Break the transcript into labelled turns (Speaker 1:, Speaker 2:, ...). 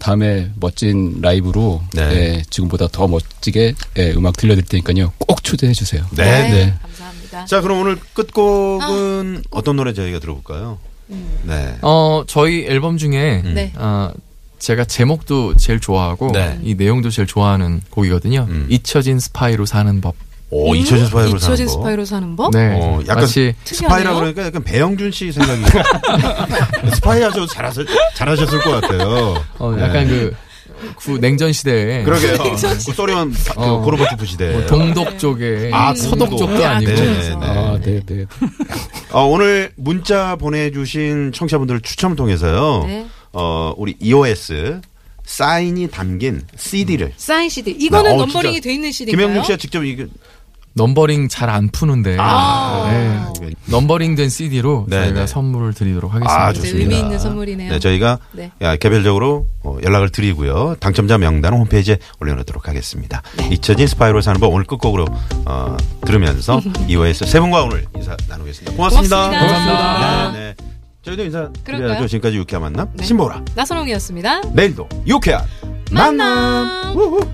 Speaker 1: 다음에 멋진 라이브로
Speaker 2: 네.
Speaker 1: 예, 지금보다 더 멋지게 예, 음악 들려드릴 테니까요. 꼭 초대해 주세요.
Speaker 2: 네, 네.
Speaker 3: 감사합니다.
Speaker 2: 자, 그럼 오늘
Speaker 3: 아,
Speaker 2: 끝곡은 어떤 노래 저희가 들어볼까요?
Speaker 3: 음.
Speaker 2: 네.
Speaker 4: 어, 저희 앨범 중에
Speaker 3: 네.
Speaker 4: 아, 제가 제목도 제일 좋아하고
Speaker 2: 음. 네.
Speaker 4: 이 내용도 제일 좋아하는 곡이거든요.
Speaker 2: 음.
Speaker 4: 잊혀진 스파이로 사는 법.
Speaker 2: 오, 잊혀진 어, 스파이로 사는
Speaker 3: 잊혀진
Speaker 2: 거.
Speaker 3: 음, 스파이로 사는 법?
Speaker 4: 네,
Speaker 2: 어, 약간
Speaker 4: 마치
Speaker 3: 특이하네요.
Speaker 2: 스파이라 그러니까 약간 배영준 씨 생각이 스파이 아주 잘하셨, 잘하셨을 것 같아요.
Speaker 4: 어, 약간 그, 구 냉전 시대에
Speaker 2: 네. 그러게요. 그 소리만 바- 그
Speaker 4: 어.
Speaker 2: 고르바초프 시대.
Speaker 4: 뭐 동독 쪽에
Speaker 2: 아,
Speaker 4: 음, 서독
Speaker 2: 동독.
Speaker 4: 쪽도 아니고
Speaker 2: 네, 네,
Speaker 3: 그래서.
Speaker 2: 네.
Speaker 5: 아, 네, 네.
Speaker 2: 어, 오늘 문자 보내주신 청취자분들 추첨을 통해서요.
Speaker 3: 네.
Speaker 2: 어, 우리 EOS 사인이 담긴 CD를
Speaker 3: 사인 CD. 이거는
Speaker 2: 네, 어,
Speaker 3: 넘버링이
Speaker 2: 진짜.
Speaker 3: 돼 있는 CD인가요?
Speaker 2: 김영중 씨가 직접 이거
Speaker 4: 넘버링 잘 안 푸는데
Speaker 3: 아.
Speaker 4: 네. 넘버링 된 CD로
Speaker 2: 네,
Speaker 4: 저희가
Speaker 2: 네.
Speaker 4: 선물을 드리도록 하겠습니다.
Speaker 2: 아,
Speaker 3: 네,
Speaker 2: 좋습니다.
Speaker 3: 의미 있는 선물이네요.
Speaker 2: 네, 저희가
Speaker 3: 네.
Speaker 2: 야, 개별적으로 어, 연락을 드리고요. 당첨자 명단은 홈페이지에 올려놓도록 하겠습니다.
Speaker 3: 네.
Speaker 2: 잊혀진 스파이로 사는 법 오늘 끝곡으로 어, 들으면서 EOS 세 분과 오늘 인사 나누겠습니다. 고맙습니다.
Speaker 3: 고맙습니다. 고맙습니다.
Speaker 2: 네, 네. 저희도 인사
Speaker 3: 그럴까요?
Speaker 2: 드려야죠. 지금까지 유쾌한 만남
Speaker 3: 네.
Speaker 2: 신보라.
Speaker 3: 나선홍이었습니다.
Speaker 2: 내일도 유쾌한 만남.
Speaker 3: 만남.
Speaker 2: 우후.